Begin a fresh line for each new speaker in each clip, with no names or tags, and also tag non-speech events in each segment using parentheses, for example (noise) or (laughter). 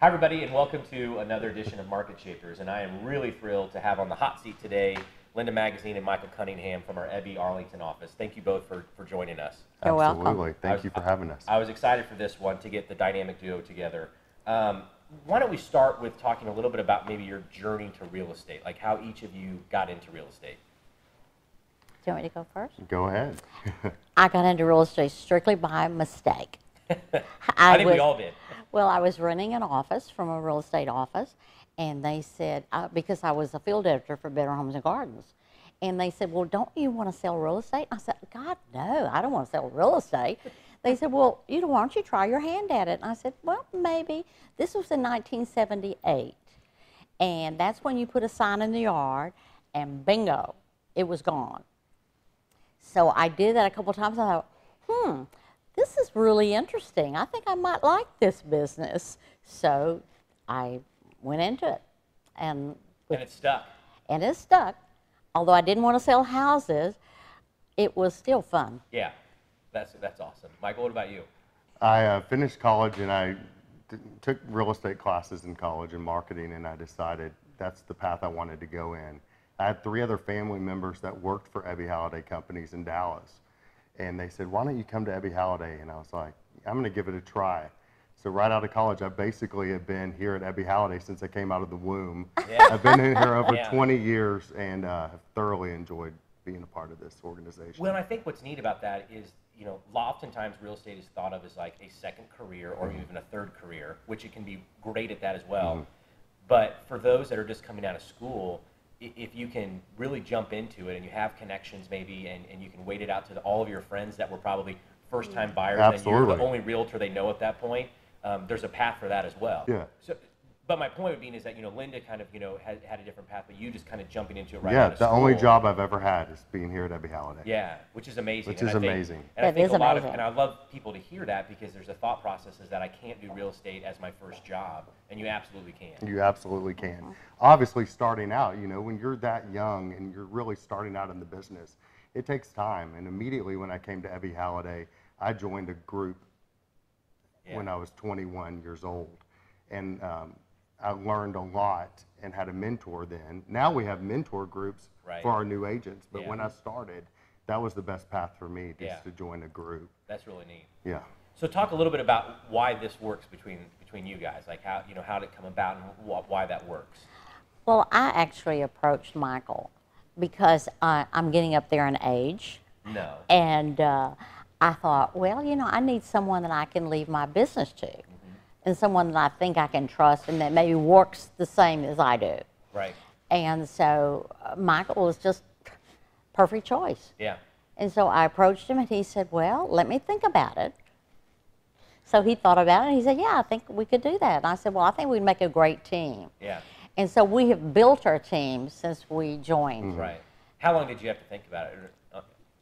Hi, everybody, and welcome to another edition of Market Shapers. And I am really thrilled to have on the hot seat today Linda Magazine and Michael Cunningham from our Ebby Arlington office. Thank you both for, for joining us.
You're welcome.
Absolutely. Thank you for having us.
I was excited for this one to get the dynamic duo together. Um, why don't we start with talking a little bit about maybe your journey to real estate, like how each of you got into real estate?
Do you want me to go first?
Go
(laughs)
ahead.
I got into real estate strictly by mistake.
(laughs) I, think we all did.
Well, I was running an office from a real estate office, and they said, uh, because I was a field editor for Better Homes and Gardens, and they said, Well, don't you want to sell real estate? I said, God, no, I don't want to sell real estate. They said, Well, you know, why don't you try your hand at it? And I said, Well, maybe. This was in 1978, and that's when you put a sign in the yard, and bingo, it was gone. So I did that a couple times. I thought, hmm, this is really interesting. I think I might like this business. So I went into it, and
And it stuck.
and it stuck. Although I didn't want to sell houses, it was still fun.
Yeah, that's, that's awesome. Michael, what about you?
I uh, finished college and I t- took real estate classes in college and marketing, and I decided that's the path I wanted to go in. I had three other family members that worked for Ebby Halliday Companies in Dallas, and they said, "Why don't you come to Ebby Halliday?" And I was like, "I'm going to give it a try." So right out of college, I basically have been here at Ebby Halliday since I came out of the womb.
Yeah.
I've been in here over
Yeah.
20 years and uh, have thoroughly enjoyed being a part of this organization.
Well, and I think what's neat about that is, you know, oftentimes real estate is thought of as like a second career or
Mm-hmm.
even a third career, which it can be great at that as well. But for those that are just coming out of school, i- if you can really jump into it and you have connections maybe and, and you can wait it out to the, all of your friends that were probably first time buyers and you're the
Mm-hmm. Absolutely.
only realtor they know at that point, um, there's a path for that as well.
Yeah.
So, but my point being is that, you know, Linda kind of, you know, had, had a different path, but you just kind of jumping into it right
yeah,
out of
the only
school.
job I've ever had is being here at Ebby Halliday.
Yeah, which is amazing.
Which
and
is
I think-
amazing.
And I
That
think
is
a lot of,
amazing.
and I love people to hear that because there's a thought process is that I can't do real estate as my first job, and you absolutely can.
You absolutely can. Obviously, starting out, you know, when you're that young and you're really starting out in the business, it takes time. And immediately when I came to Ebby Halliday, I joined a group
Yeah.
when I was 21 years old. And um, I learned a lot and had a mentor then. Now we have mentor groups
Right.
for our new agents. But
Yeah.
when I started, that was the best path for me, just
Yeah.
to join a group.
That's really neat.
Yeah.
So talk a little bit about why this works between between you guys, like how you know how did it come about and wh- why that works.
Well, I actually approached Michael because I, I'm getting up there in age.
No.
And uh, I thought, well, you know, I need someone that I can leave my business to and someone that I think I can trust and that maybe works the same as I do.
Right.
And so uh, Michael was just perfect choice.
Yeah.
And so I approached him and he said, Well, let me think about it. So he thought about it and he said, Yeah, I think we could do that. And I said, Well, I think we'd make a great team.
Yeah.
And so we have built our team since we joined.
Right. How long did you have to think about it? Or,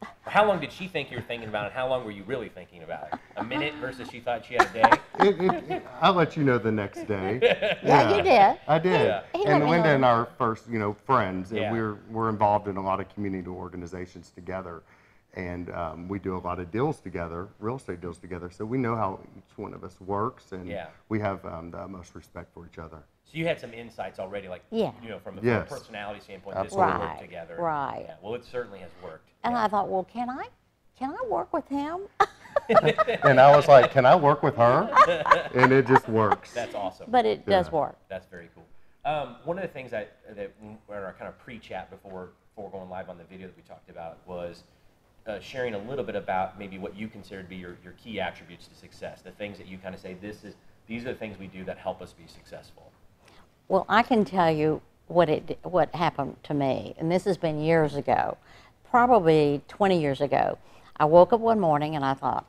uh, How long did she think you were thinking about it? How long were you really thinking about it? A minute versus she thought she had a day.
it, it, (laughs) I'll let you know the next day. Yeah,
you did.
I did.
Yeah.
He let
And
me
Linda
know.
and I are first, you know, friends, and
Yeah.
we're we're involved in a lot of community organizations together, and um, we do a lot of deals together, real estate deals together. So we know how each one of us works, and
Yeah.
we have um, the most respect for each
(laughs)
other.
So you had some insights already, like
Yeah.
you know, from a,
Yes.
from a personality standpoint, this will
Absolutely.
work
Right,
together.
right.
Yeah, Well, it certainly has worked.
And
yeah.
I thought, Well, can I? Can I work with him?
and I was like, "Can I work with
(laughs)
her?" and it just works.
That's awesome.
but it does
Yeah.
work.
That's very cool. Um, one of the things that that we- in our kind of pre-chat before before going live on the video that we talked about was uh, sharing a little bit about maybe what you consider to be your, your key attributes to success, the things that you kind of say this is these are the things we do that help us be successful.
Well, I can tell you what it what happened to me, and this has been years ago, probably 20 years ago. I woke up one morning and I thought,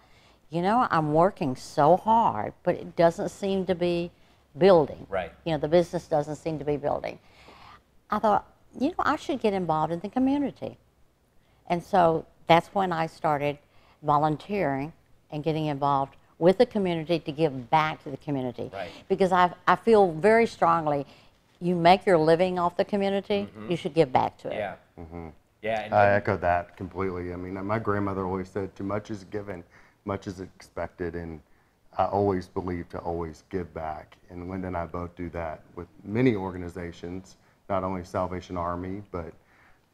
you know, I'm working so hard, but it doesn't seem to be building.
Right.
You know, the business doesn't seem to be building. I thought, you know, I should get involved in the community. And so that's when I started volunteering and getting involved with the community to give back to the community.
Right.
Because I, I feel very strongly you make your living off the community, you should give back to it.
Yeah. Mm-hmm. Yeah. And,
I echo that completely. I mean, my grandmother always said, "Too much is given, much is expected," and I always believe to always give back. And Linda and I both do that with many organizations, not only Salvation Army, but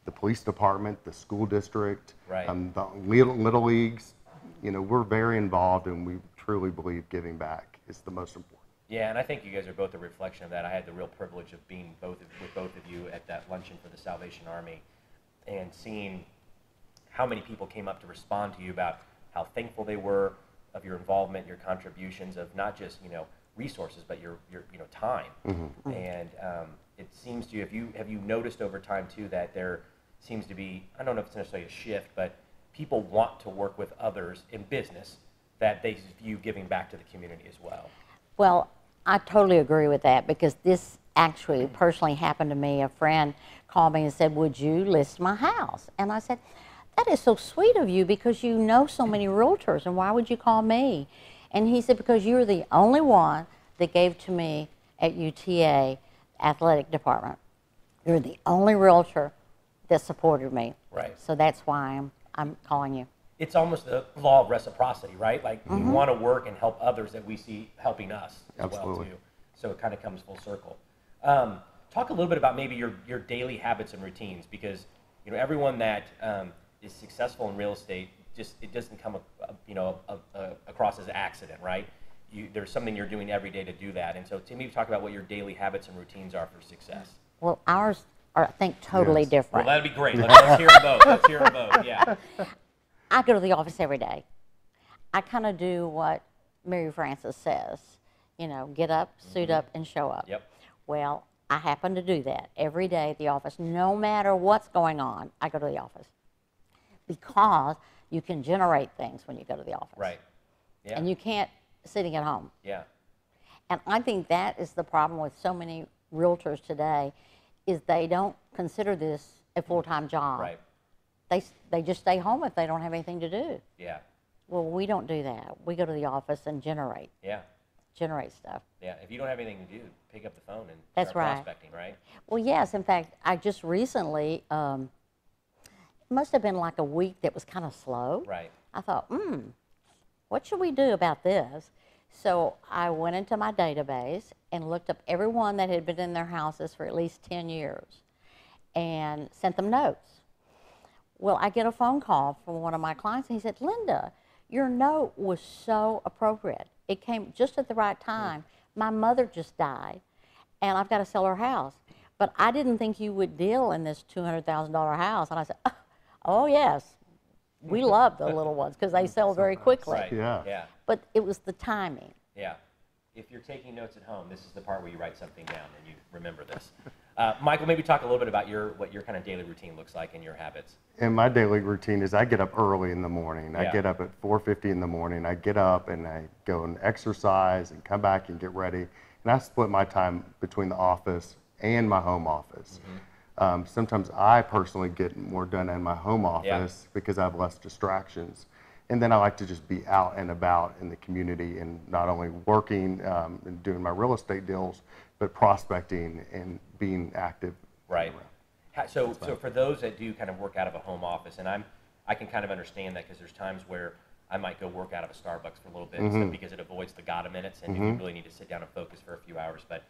the police department, the school district,
Right.
um, the little, little leagues. You know, we're very involved and we truly believe giving back is the most important.
Yeah, and I think you guys are both a reflection of that. I had the real privilege of being both of, with both of you at that luncheon for the Salvation Army, and seeing how many people came up to respond to you about how thankful they were of your involvement, your contributions of not just you know resources but your your you know time. And um, it seems to you, if you have you noticed over time too that there seems to be I don't know if it's necessarily a shift, but people want to work with others in business that they view giving back to the community as well.
Well, I totally agree with that because this actually personally happened to me. A friend called me and said, Would you list my house? And I said, That is so sweet of you because you know so many realtors, and why would you call me? And he said, Because you're the only one that gave to me at UTA athletic department. You're the only realtor that supported me.
Right.
So that's why I'm, I'm calling you.
it's almost the law of reciprocity, right? Like
Mm-hmm.
we want to work and help others that we see helping us as well
Absolutely.
too. So it kind of comes full circle. Um, talk a little bit about maybe your your daily habits and routines because you know everyone that um, is successful in real estate just it doesn't come a- a- you know a- a- across as accident, right? You, there's something you're doing every day to do that. And so, Tim, maybe talk about what your daily habits and routines are for success.
Well, ours are, I think, totally
Yes.
different.
Well, that'd be
(laughs)
great. Let's, let's hear 'em both. Let's hear 'em both. Yeah.
I go to the office every day. I kind of do what Mary Frances says, you know, get up, suit up, and show up.
Mm-hmm. Yep.
Well, I happen to do that every day at the office. No matter what's going on, I go to the office because you can generate things when you go to the office.
Right. Yeah.
And you can't sitting at home.
yeah.
And I think that is the problem with so many realtors today is they don't consider this a full-time job.
Mm. Right.
They, s- they just stay home if they don't have anything to do.
Yeah.
Well, we don't do that. We go to the office and generate,
Yeah.
generate stuff.
Yeah, if you don't have anything to do, pick up the phone and
That's
start
right.
prospecting, right?
Well, yes. In fact, I just recently, um, it must have been like a week that was kind of slow.
Right.
I thought, hmm, what should we do about this? So I went into my database and looked up everyone that had been in their houses for at least 10 years and sent them notes. Well, I get a phone call from one of my clients and he said, Linda, your note was so appropriate. It came just at the right time. My mother just died and I've got to sell her house. But I didn't think you would deal in this $200,000 house. And I said, oh, yes, we love the little ones because they sell very quickly.
Right.
Yeah.
Yeah.
But it was the timing.
Yeah. If you're taking notes at home, this is the part where you write something down and you remember this. Uh, Michael, maybe talk a little bit about your what your kind of daily routine looks like and your habits.
And my daily routine is I get up early in the morning. I
Yeah.
get up at 4:50 in the morning. I get up and I go and exercise and come back and get ready. And I split my time between the office and my home office.
Mm-hmm.
Um, sometimes I personally get more done in my home office because I have less distractions. And then I like to just be out and about in the community and not only working um, and doing my real estate deals, but prospecting and being active.
Right. Ha- So, so for those that do kind of work out of a home office, and I'm, I can kind of understand that because there's times where I might go work out of a Starbucks for a little bit so-
Mm-hmm.
because it avoids the gotta minutes and you really need to sit down and focus for a few hours. But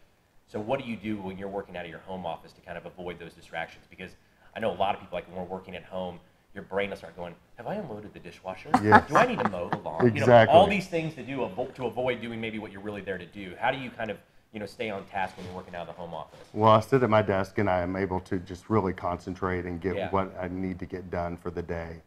so what do you do when you're working out of your home office to kind of avoid those distractions? Because I know a lot of people, like when we're working at home, your brain will start going, have I unloaded the dishwasher?
(laughs) Yes.
Do I need to mow the lawn? You know, all
Exactly.
these things to do avo- to avoid doing maybe what you're really there to do. How do you kind of, you know, stay on task when you're working out of the home office?
Well, I sit at my desk and I am able to just really concentrate and get
Yeah.
what I need to get done for the day.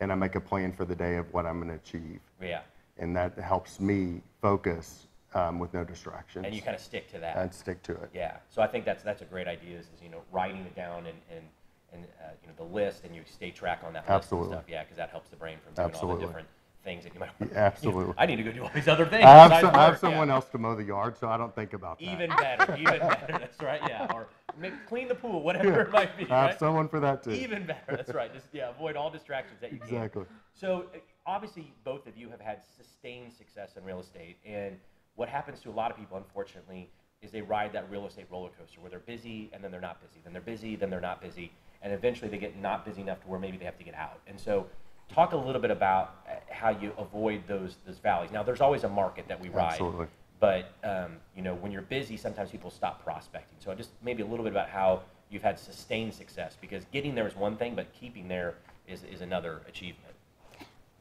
And I make a plan for the day of what I'm going to achieve.
Yeah.
And that helps me focus um, with no distractions.
and you kind of stick to that.
I'd stick to it.
yeah. So I think that's that's a great idea is, is you know writing it down and and and uh, you know the list and you stay track on that
Absolutely.
list and stuff. Yeah, because that helps the brain from doing all the
Absolutely.
different things that you might.
absolutely.
(laughs) I need to go do all these other things.
I have,
besides
some, I have
work, yeah.
someone else to mow the yard, so I don't think about (laughs) that.
Even (laughs) better, even better. That's right. Yeah, or maybe clean the pool, whatever it might be.
I have
right?
someone for that too.
Even better. That's right. Just yeah, avoid all distractions that you can.
Exactly.
So uh, obviously, both of you have had sustained success in real estate, and what happens to a lot of people, unfortunately, is they ride that real estate roller coaster where they're busy and then they're not busy, then they're busy, then they're not busy, and eventually they get not busy enough to where maybe they have to get out. And so, Talk a little bit about uh, how you avoid those those valleys. Now, there's always a market that we ride,
Absolutely.
but um, you know when you're busy, sometimes people stop prospecting. So just maybe a little bit about how you've had sustained success because getting there is one thing, but keeping there is is another achievement.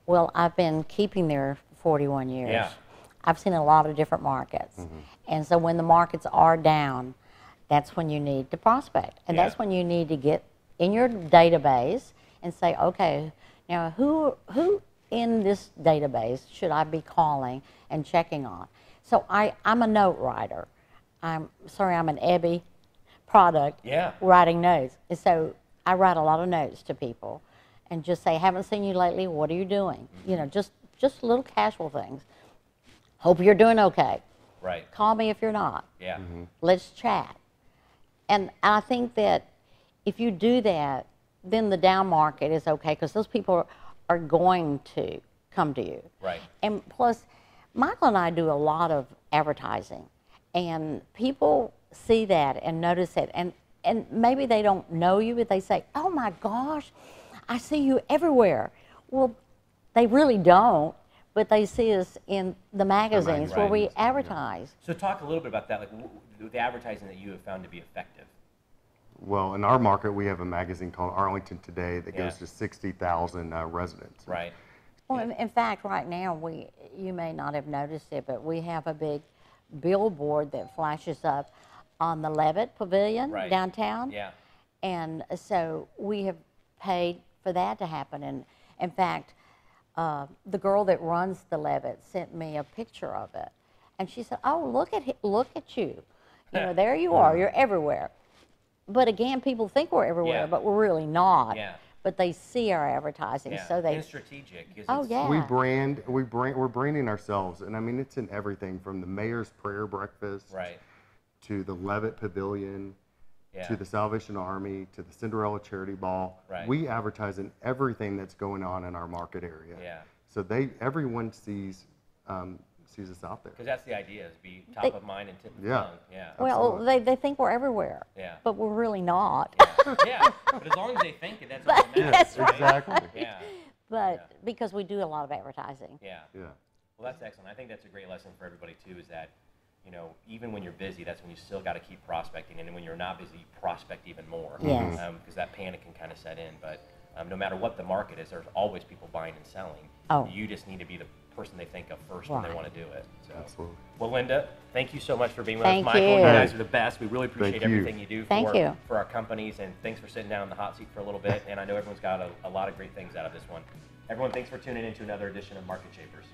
Well, I've been keeping there 41 years.
Yeah. Mm-hmm.
I've seen a lot of different markets. And so when the markets are down, that's when you need to prospect. And
Yeah.
that's when you need to get in your database and say, okay, now who, who in this database should I be calling and checking on? So I, I'm a note writer. I'm sorry, I'm an Ebby product
Yeah.
writing notes. And so I write a lot of notes to people and just say, haven't seen you lately, what are you doing? You know, just just little casual things. Hope you're doing okay.
Right.
Call me if you're not.
Yeah.
Mm-hmm.
Let's chat. And I think that if you do that, then the down market is okay because those people are going to come to you.
Right.
And plus, Michael and I do a lot of advertising, and people see that and notice it, and and maybe they don't know you, but they say, "Oh my gosh, I see you everywhere." Well, they really don't, but they see us in the magazines where we
magazines, yeah.
advertise.
So talk a little bit about that, like w- w- the advertising that you have found to be effective.
Well, in our market, we have a magazine called Arlington Today that
Yeah.
goes to 60,000 uh, residents.
Right.
Well, in, in fact, right now, we, you may not have noticed it, but we have a big billboard that flashes up on the Levitt Pavilion
Right.
downtown.
Yeah.
And so we have paid for that to happen. And in fact, uh, the girl that runs the Levitt sent me a picture of it. And she said, Oh, look at, hi- look at you.
(laughs)
You know, there you are, you're everywhere. But again, people think we're everywhere,
Yeah.
but we're really not.
Yeah.
But they see our advertising,
Yeah.
so they
and strategic. 'cause
Oh,
it's-
yeah.
We brand, we brand, we're branding ourselves, and I mean it's in everything from the mayor's prayer breakfast
Right.
to the Levitt Pavilion
Yeah. (laughs)
to the Salvation Army to the Cinderella Charity Ball.
Right.
We advertise in everything that's going on in our market area.
Yeah.
So they, everyone sees, um, sees us out there.
Because that's the idea is be top
They-
of mind and tip of
Yeah.
tongue. Yeah.
(laughs) Well, they, they think we're everywhere.
Yeah.
But we're really not.
yeah. But as long as they think it, that's all that matters.
That's right.
(laughs)
Exactly.
Yeah.
But because we do a lot of advertising.
Yeah.
Yeah.
Well, that's excellent. I think that's a great lesson for everybody too. Is that you know even when you're busy, that's when you still got to keep prospecting, and when you're not busy, you prospect even more.
Mm-hmm.
Yes.
Because that panic can kind of set in. But um, no matter what the market is, there's always people buying and selling.
Oh.
You just need to be the person they think of first when they
Right.
want to do it. So.
Absolutely.
Well, Linda, thank you so much for being with us.
Thank
Michael, you.
you.
guys are the best. We really appreciate
Thank you.
everything you do
Thank
for,
you.
for our companies, and thanks for sitting down in the hot seat for a little bit. And I know everyone's got a, a lot of great things out of this one. Everyone, thanks for tuning in to another edition of Market Shapers.